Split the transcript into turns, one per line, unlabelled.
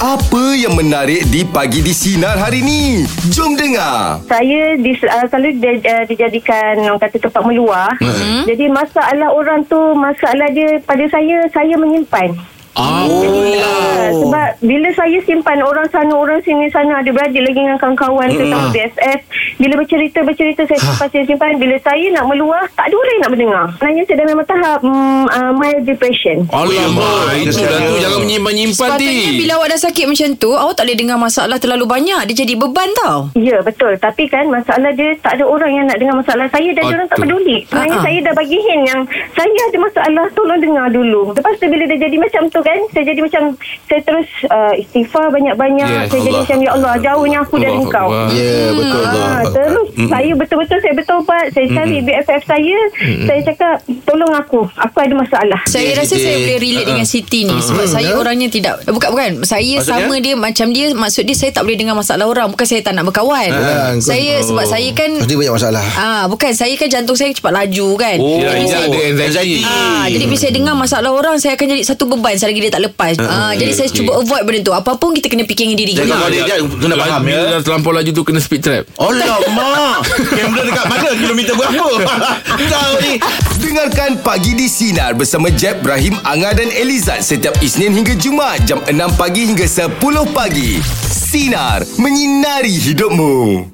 Apa yang menarik di pagi di sinar hari ni? Jom dengar.
Saya di, uh, selalu di, uh, dijadikan orang kata tempat meluah.
Hmm.
Jadi masalah orang tu masalah dia pada saya saya menyimpan.
Ah.
Oh.
Ah, sebab bila saya simpan orang sana orang sini sana ada beradik lagi dengan kawan-kawan ke sama BFF bila bercerita bercerita saya simpan saya simpan bila saya nak meluah tak ada orang yang nak mendengar sebenarnya saya dah memang tahap mm, uh, mild depression
Alamak,
Oi,
itulah
dah
tu
saya.
jangan menyimpan-nyimpan di.
Sepatutnya bila awak dah sakit macam tu Awak tak boleh dengar masalah terlalu banyak Dia jadi beban tau
Ya betul Tapi kan masalah dia Tak ada orang yang nak dengar masalah saya Dan
Betul. Ah,
orang tak peduli Sebenarnya
Ha-ha.
saya dah bagi hint yang Saya ada masalah Tolong dengar dulu Lepas tu bila dia jadi macam tu kan Saya jadi macam Saya terus uh, istighfar banyak-banyak
Yes,
Saya jadi
Allah.
macam Ya Allah jauhnya aku dari
Allah
engkau
Akbar.
Ya, betul.
Ah, terus saya betul-betul saya bertobat saya cari BFF saya saya cakap tolong aku aku ada masalah
saya rasa saya boleh relate dengan Siti ni sebab saya orangnya tidak eh, bukan bukan saya
Maksudnya?
sama dia macam dia maksud dia saya tak boleh dengar masalah orang bukan saya tak nak berkawan
Ah, kau-
saya sebab saya kan
Pasti banyak masalah.
ah bukan saya kan jantung saya cepat laju kan
Oh,
Jadi
dia
saya-
ada anxiety.
Ah, jadi bila saya dengar masalah orang Saya akan jadi satu beban Selagi dia tak lepas ah, Jadi saya cuba avoid benda tu Apa pun kita kena fikir dengan diri kita
Jangan boleh dia tu nak
Ah.
faham
Bila
ya.
dah terlampau laju tu kena speed trap.
Alamak. Kamera dekat mana? Kilometer berapa? Kau ni.
Dengarkan Pagi di Sinar bersama Jeb, Ibrahim, Anga dan Elizad setiap Isnin hingga Jumaat jam 6 pagi hingga 10 pagi. Sinar, menyinari hidupmu.